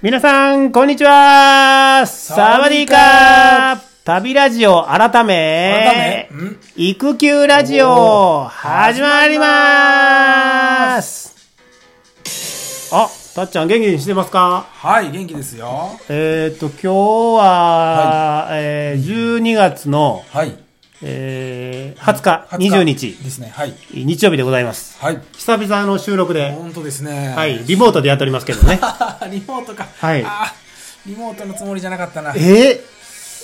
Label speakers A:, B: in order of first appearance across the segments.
A: 皆さん、こんにちはサワディーカー旅ラジオ改め、
B: 改めん
A: 育休ラジオ、始まりますあ、たっちゃん元気にしてますか
B: はい、元気ですよ。
A: えっ、と、今日は、えー12月の、
B: はい。
A: えー20日、
B: 二十
A: 20日、
B: ですね。はい。
A: 日曜日でございます。
B: はい。
A: 久々の収録で、
B: 本当ですね。
A: はい、リモートでやっておりますけどね。
B: あ。リモートか。
A: はい
B: あーリモートのつもりじゃなかったな。
A: えー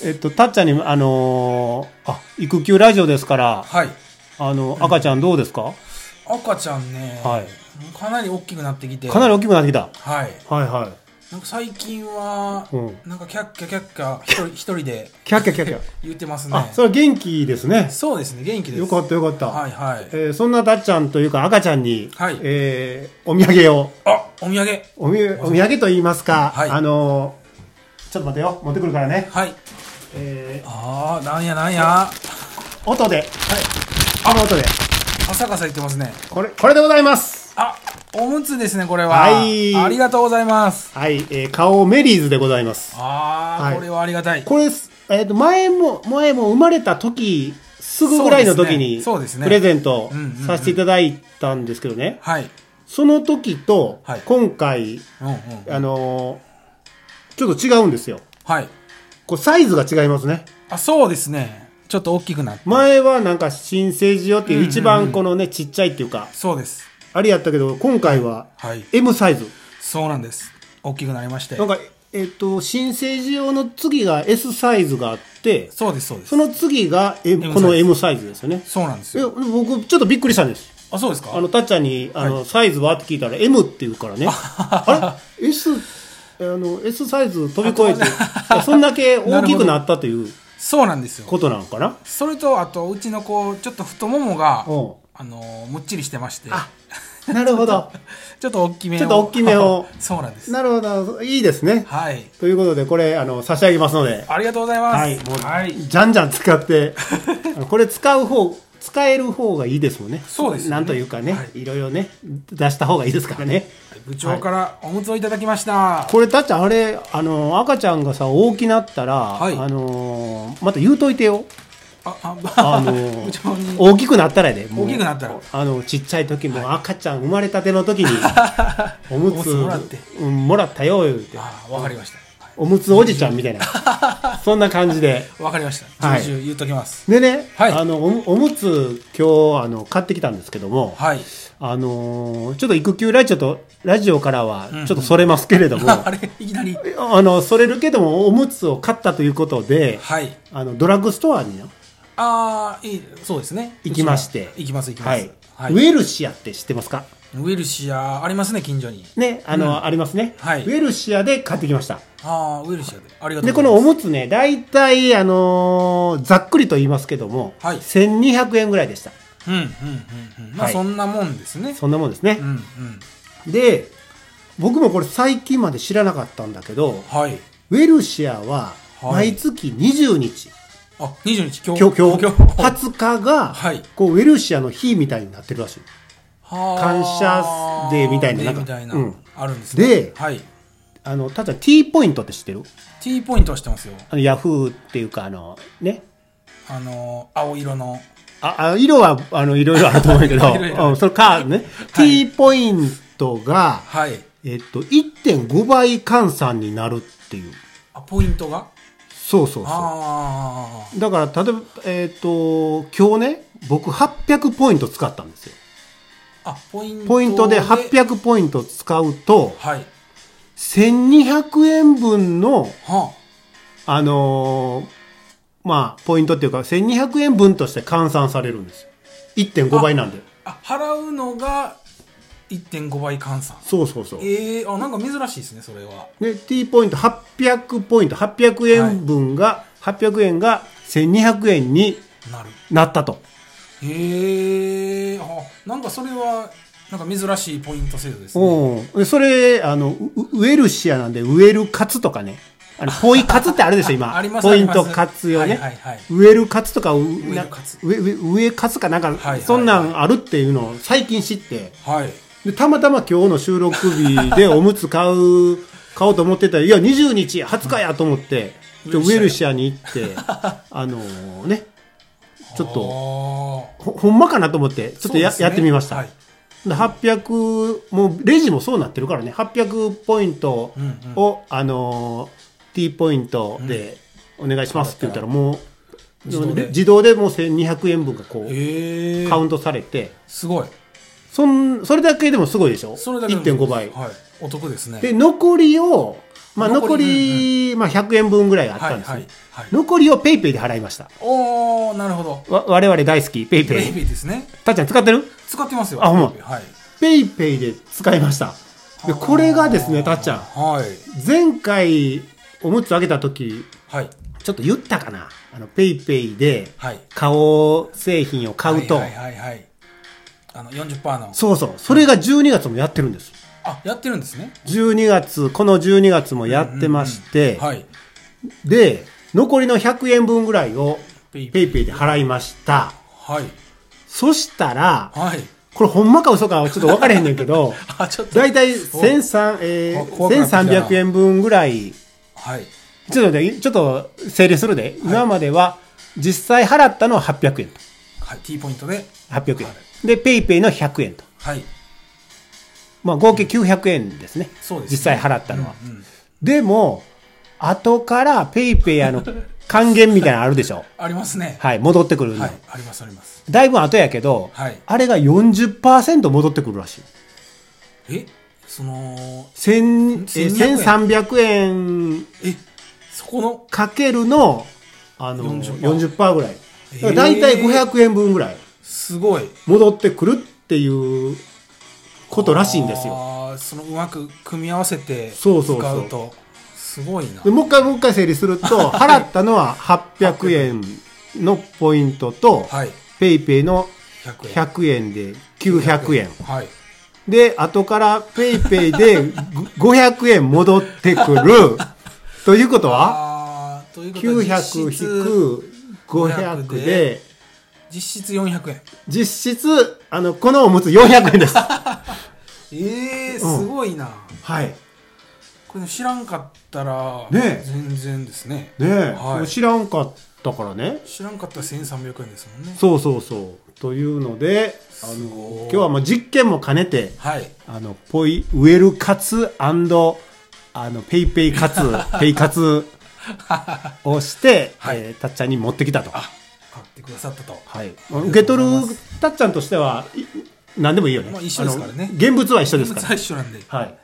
A: えっと、たっちゃんに、あのーあ、育休ラジオですから、
B: はい。
A: あの、赤ちゃんどうですか、
B: 赤ちゃんね、
A: はい
B: かなり大きくなってきて。
A: かなり大きくなってきた。
B: はい。
A: はいはい。
B: なんか最近は、
A: うん
B: なんかキャッキャキャッキャ、 一人、一人で
A: キャッキャキャッキャ。
B: 言ってますね。
A: あ、それは元気ですね。
B: そうですね、元気です。
A: よかったよかった。
B: はいはい
A: え。ーそんなたっちゃんというか赤ちゃんに、
B: はい
A: えーお土産を、
B: あ、お土産。
A: おみお土産と言いますか、
B: はい
A: あのーちょっと待てよ、持ってくるからね。
B: はい。
A: え
B: ああ、なんやなんや。は
A: ー音で、
B: い。
A: あの音で、
B: カサカサ言ってますね。
A: これ、これでございます。
B: あ、おむつですね、これは。
A: はい
B: ありがとうございます。
A: はい、えー顔メリーズでございます。
B: あー、
A: はい
B: これはありがたい。
A: これ、えー、と前も前も生まれた時すぐぐらいの時に
B: そうですねそうですね
A: プレゼント
B: うんうんうん
A: させていただいたんですけどね
B: はい。
A: その時と
B: はい
A: 今回、
B: うんうん。
A: あのーちょっと違うんですよ
B: はい。
A: こうサイズが違いますね
B: あ、そうですね。ちょっと大きくなって。
A: 前はなんか新生児用っていう
B: うんうんうん
A: 一番このねちっちゃいっていうか
B: そうです。
A: あれやったけど今回は
B: はい。
A: M サイズ
B: そうなんです。大きくなりまして
A: な。んかえっ、と新生児用の次が S サイズがあって
B: そうです、そうです
A: そ。の次が、M
B: M
A: この
B: サイズ
A: M サイズですよね
B: そうなんです
A: え
B: よ。
A: 僕ちょっとびっくりしたんです
B: あ、そうですか
A: あの、たっちゃんに、あの、サイズはって聞いたら、M って言う からね。あれ ?S、あの、S サイズ飛び越えて、 そんだけ大きくなったという
B: そうなんですよ。
A: ことなのかな
B: それと、あと、うちの子、ちょっと太ももが、
A: うん
B: あのー、むっちりしてまして、
A: あなるほど。
B: ちょっと大きめを。
A: ちょっと大きめを
B: そうなんです。
A: な るほど。いいですね。
B: はい。
A: ということで、これ、あの、差し上げますので、
B: ありがとうございます。
A: はいもう
B: はい。
A: じゃんじゃん使って、あのこれ使う方、使える方がいいですもんね。
B: そうですよね
A: なんというかね、、
B: はい
A: ろいろね、出した方がいいですからね。
B: 部長からおむつをいただきました。
A: これ、たっちゃん、あれ、あの、赤ちゃんがさ、大きなったら、
B: い
A: あの、また言うといてよ。
B: あ、あ、
A: あ
B: あ
A: の
B: の部長に。
A: 大きくなったらやでもう
B: 大きくなったら
A: あのちっちゃい時も赤ちゃん生まれたての 時におむつ
B: おむつもらって
A: うん、もらったよ言うて
B: あ、わかりました。
A: おむつおじちゃんみたいな そんな感じで
B: わかりまし
A: は
B: た。
A: い
B: 重々言っときます。
A: でね、
B: はい
A: あのおおむつ今日あの買ってきたんですけども、
B: はい。
A: あのーちょっと育休ラジオとラジオからは
B: うんうん
A: ちょっとそれますけれども、
B: あれ、いきなり。
A: あのそれるけどもおむつを買ったということで
B: はい。
A: あのドラッグストアにな
B: ああ、いい、そうですね。
A: 行きまして
B: 行きます、行きま
A: はい
B: す。はい。
A: ウ
B: ウ
A: ェルシアって知ってますか
B: ェルシア、ありますね、近所に。
A: ね、あの、
B: うん
A: ありますね、
B: はい
A: ウェルシアで買ってきました。
B: ああ、ウェルシアで。ありがと
A: で、
B: うご
A: こ
B: ざい
A: の
B: ま
A: お
B: す。
A: むつね、大体、あのーざっくりと言いますけども、
B: はい
A: 1200円ぐらいでした。
B: うん、うん、うん、うん。まあ、
A: はい
B: そんなもんですね。
A: そんなもんですね
B: う。ん、うん。
A: で、僕もこれ最近まで知らなかったんだけど、
B: はい。
A: ウェルシアは、
B: はい
A: 毎月20日、
B: あ、二十日、今日。
A: 今日、今日、
B: 今日。
A: 20日が、
B: はい
A: こう、ウェルシアの日みたいになってるらしい。感
B: 感
A: 謝デーみたいななんか
B: みたいな
A: うん。
B: あるんですね。
A: で
B: はい。
A: あの、ただ T ポイントって知ってる
B: T ポイントは知ってますよ。
A: あの、ヤフーっていうか、あの、ね、
B: あのー、青色の。
A: ああ色はあのいろいろあると思 うけど、
B: いろいろ
A: うん、それかね、
B: はい
A: T ポイントが、
B: はい。
A: えっと、1.5倍換算になるっていう。
B: あ、ポイントが
A: そうそうそ
B: ああ。
A: う。だから、例えば、えっと、今日ね、僕800ポイント使ったんですよ。
B: あ、ポイント
A: ポイントで800ポイント使うと、
B: はい。
A: 1200円分の、
B: は
A: あのーまあ、ポイントっていうか、1200円分として換算されるんですよ。1.5倍なんで。
B: あ。あ、払うのが1.5倍換算。
A: そうそうそう。
B: ええー、あ、なんか珍しいですね、それは。
A: で T ポイント800ポイント800円分が、800円が1200円に
B: なる。
A: なったと
B: へえー、あ、なんかそれは、なんか珍しいポイント制度ですね。
A: おでそれあのウウェルシアなんでウェル活とかねあのポイ活ってあるでしょ今
B: あります
A: ポイント
B: あります
A: 活用ね、
B: はいはいはい
A: ウェル活とかウウ
B: ェル活
A: 上上活かなんか、
B: はいはい
A: そんなんあるっていうのを最近知って
B: はい。
A: でたまたま今日の収録日でおむつ買う買おうと思ってたら、いや、20日、20日やと思って、
B: うん
A: でウェルシアに行 って、あのーね、ちょっと、
B: と
A: ほほんまかなと思って、ちょっとや,、やってみました。
B: はい、
A: で800、もうレジもそうなってるからね、800ポイント
B: うんうん
A: を、あのー、T ポイントでお願いしますって言ったら、もう、
B: 自動で
A: 自動でもう1200円分がこう、
B: えー、
A: カウントされて、
B: すごい
A: そんそれだけでもすごいでしょ
B: それだけでも
A: ?1.5 倍。
B: はい、お得ですね
A: で、残りを、まあ、
B: 残
A: 残り、まあ、100円分ぐらいあった
B: は
A: ん
B: い
A: ですよ。
B: はいはい
A: 残りをペイペイで払いました。
B: おおなるほど
A: わ我々大好き、ペイペ
B: ベイ
A: イ。
B: ビーですね
A: たっちゃん使ってる
B: 使ってますよ
A: あほんま
B: ベイビーはい
A: ペイペイで使いました。で、これがですね、たっちゃん。
B: はい
A: 前回、おむつあげた時、
B: はい
A: ちょっと言ったかなあの、ペイペイで、
B: はい
A: 顔製品を買うと、
B: はいはいはい、はい、あの40%の
A: そうそう、それが12月もやってるんです。
B: あやってるんですね
A: 12月、この12月もやってまして、
B: はい
A: で、残りの100円分ぐらいを
B: ペイペ
A: ペ
B: イ
A: イペイで払いました。
B: はい
A: そしたら、
B: はい
A: これほんまか嘘かはちょっと分からへんねんけ ど、
B: あちょっと
A: だいたい1300、え
B: あ
A: ー
B: 怖くなってきたな
A: 1300円分ぐらい、
B: はい
A: ちょっとね、ちょっと整理するで、今までは実際払ったのは800円と。
B: はい T ポイントで
A: 800円
B: は。
A: で、ペイペイの100円と。
B: はい
A: まあ合計900円ですね。
B: そうですね
A: 実際払ったのは。
B: うんうん
A: でも、後からペイペイあの、還元みたいなのあるでしょ。
B: ありますね
A: はい、戻ってくるの。
B: はいありますあります
A: だいぶ後やけど、
B: はい
A: あれが40%戻ってくるらしい。
B: えその
A: 千え
B: 1200
A: 1300円
B: えそこの
A: かけるの、あの、
B: 40%
A: 40%, ぐらい。だから
B: え
A: 大
B: ー
A: 体500円分ぐらい
B: すごい
A: 戻ってくるっていうことらしいんですよ。
B: あーそのうまく組み合わせて使
A: そううそうそう
B: とすごいな
A: でもう一回もう一回整理すると、払ったのは800円のポイントと、
B: はい
A: ペイペイの
B: 100円
A: 100円で900円。
B: はい
A: で、後からペイペイで500円戻ってくる。 ということは、
B: あーということは実質
A: 900-500で、
B: 実質400円
A: 実質、あの、このおむつ400円です。
B: えー、
A: うん
B: すごいな、
A: はい。
B: これ知らんかったら
A: ねえ
B: 全然ですね
A: ねえ、
B: はい
A: これ知らんかったからね。
B: 知らんかったら1300円ですもんね
A: そうそうそう。というので、あ
B: すごい
A: の、今日はもう実験も兼ねて、
B: はい
A: あの、ポイ、ウェルカツあの、ペイペイカツ、 ペイカツをして、
B: はい
A: えーたっちゃんに持ってきたと。
B: あ買ってくださったと
A: はい、
B: がとうございます
A: 受け取るたっちゃんとしてはい何でもいいよね、
B: まあ一緒ですからね
A: あの現物は一緒ですから、
B: 最初なんで
A: はい、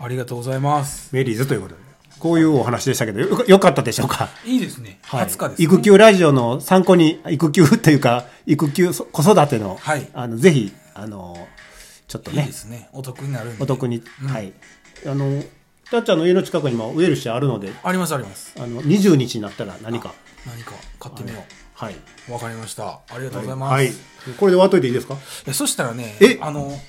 B: ありがとうございます
A: メリーズということでこういうお話でしたけどよよかったでしょうか、
B: いいですね、
A: はい
B: 20日です、ね、
A: 育休ラジオの参考に育休というか育休そ子育ての,、
B: はい
A: あのぜひあのちょっと
B: いい
A: ね
B: ですねお得になるんで
A: お得に、はいあのたっちゃんの家の近くにもウェルシアあるので
B: ありますあります
A: あの20日になったら何か
B: 何か買ってみよ
A: はい、
B: うわかりましたありがとうございます、
A: はい、これで終わっといていいですか
B: いやそしたらね
A: え
B: あの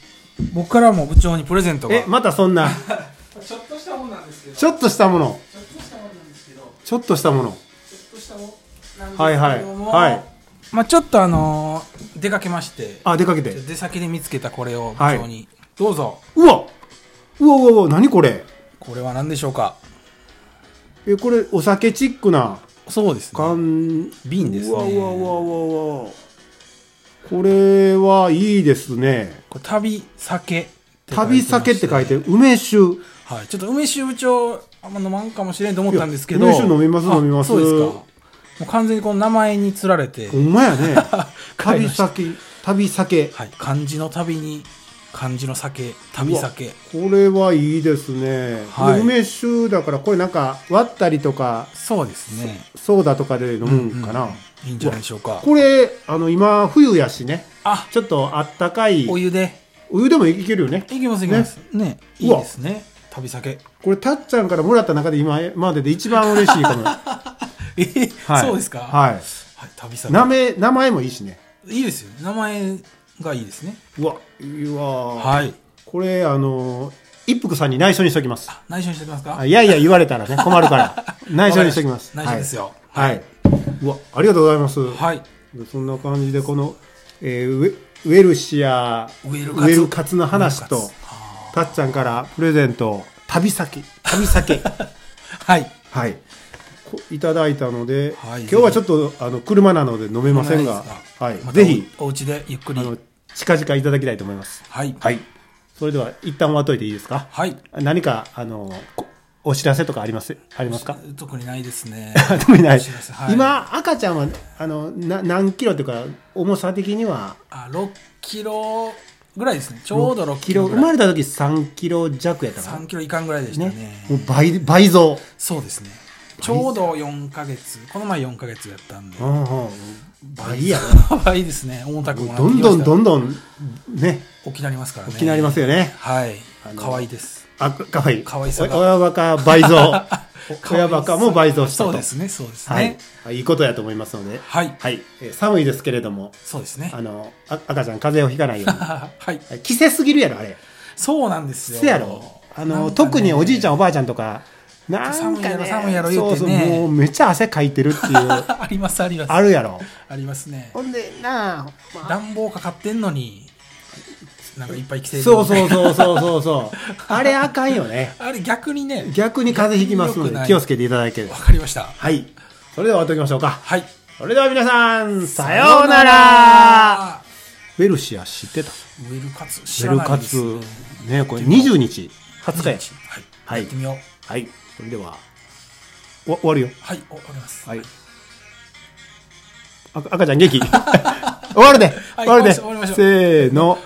B: 僕からも部長にプレゼントが
A: えまたそんな
B: ちょっとしたもんなんですけど
A: ちょっとしたもの
B: ちょっとしたもんなんですけど
A: ちょっとしたもの
B: ちょっとしたもんなんですけども
A: はいはいはい
B: まあちょっとあのー出かけまして
A: あ出かけて
B: 出先で見つけたこれを部
A: はい
B: 長に、どうぞ
A: うわうわうわうわ何これ
B: これは何でしょうか
A: えこれお酒チックな
B: そうですね
A: 缶
B: 瓶です
A: う
B: ね
A: わうわうわうわうわこれはいいですね
B: これ旅酒って書いてま
A: 旅
B: して
A: 酒って書いて梅酒
B: はい、ちょっと梅酒部長あんま飲まんかもしれんと思ったんですけど
A: いや梅酒飲みます
B: あ
A: 飲みます
B: そうですかもう完全にこの名前につられて、
A: ほんまやね
B: 買
A: 旅
B: いました
A: 酒旅酒
B: はい、漢字の旅に漢字の酒旅酒
A: これはいいですね、
B: はい
A: 梅酒だからこれなんか割ったりとか
B: そうですね
A: ソーダとかで飲むんかな、
B: いいんじゃないでしょうか
A: これあの今冬やしね
B: あ
A: ちょっとあったかい
B: お湯で
A: お湯でもいけるよね
B: いきますいきますねいいですね旅酒
A: これたっちゃんからもらった中で今までで一番嬉しい かも、
B: えー
A: はい、
B: そうですかい、
A: は
B: はい、旅
A: い
B: 酒
A: 名前名前もいいしね
B: いいですよ名前がいいですね
A: うわうわ、
B: はい
A: これあの一服さんに内緒にしときます
B: 内緒にしておきますか
A: あいやいや言われたらね困るから 内緒にしときます
B: 内緒ですよ
A: はい、はいいうわありがとうございます、
B: はい
A: そんな感じでこの、えーウェウェルシア
B: ウェルカ
A: ウ
B: ツ
A: ェルカツの話
B: ウェル
A: と
B: カツあ
A: たっちゃんからプレゼント旅先、旅 先。
B: はい。
A: はい。こいただいたので、
B: はい
A: 今日はちょっと、あの、車なので飲めませんが、はい。ぜひ、。
B: お家でゆっく
A: あ
B: り。
A: の、近々いただきたいと思います。
B: はい。
A: はい。それでは、一旦終わっといていいですか
B: はい。
A: 何か、あの、こお知らせとかあります、ありますか
B: 特にないです ね。
A: 特にない
B: お知らせはい
A: 今、赤ちゃんは、あの、な何キロというか、重さ的には、
B: あ、6キロぐらいですね。ちょうど6キロぐ
A: 生
B: ら
A: ま
B: い。
A: れた時3キロ弱やったから
B: 3キロいかんぐらいでしたね。
A: もう倍倍増、
B: そうですね。ちょうど4ヶ月。この前4ヶ月やったんで。
A: うんうん、倍や
B: はいいですね。重たくも
A: な
B: なっ
A: ど
B: て
A: ん
B: きま
A: ど
B: し
A: ん
B: た
A: どんどんね
B: 大きなりますからね。
A: 気になりますよね
B: はい
A: あ。の
B: 可愛いです。
A: あかわいい
B: かわいさが
A: お親バカ倍 増親バカも倍増した
B: そ
A: と
B: うですね、そうです
A: はい
B: ね。、
A: いいことやと思いますので、
B: はい。
A: はいえー寒いですけれども
B: そうですね
A: あ。のあ赤ちゃん風邪をひかないように
B: は
A: は
B: い。
A: い着せすぎるやろあれ
B: そうなんですよ。
A: せやろあ
B: なん
A: の、
B: かね
A: 特におじいちゃんおばあちゃんとかなん
B: 寒い
A: か
B: や
A: ね
B: ろ寒いやろ言うてね
A: そうそうもうめっちゃ汗かいてるっていう
B: ありますあります。
A: あるやろ
B: ありますね。
A: ほんでなあ、まあ
B: 暖房かかってんのに、なんかいっぱい着てる。
A: そうそうそうそうそうそう。あれあかんよね。
B: あれ逆にね、
A: 逆に風邪ひきますの
B: 良くな
A: で
B: い
A: 気をつけていただければ
B: わ。かりました。
A: はい。それでは終わっておきましょうか。
B: はい。
A: それでは皆さん、さようならウェルシア知ってた
B: ウェルカツ、知
A: ウェ
B: ら
A: ル
B: ない
A: カ
B: です。
A: ツ。ね、これ20日、20日や。
B: は
A: は
B: い。
A: い
B: やってみよう。
A: はい。それでは、お終わるよ。
B: はい、お、終わります。
A: はい。 あ赤ちゃん元気終わるで終わるで
B: 終わりましょう
A: せーの。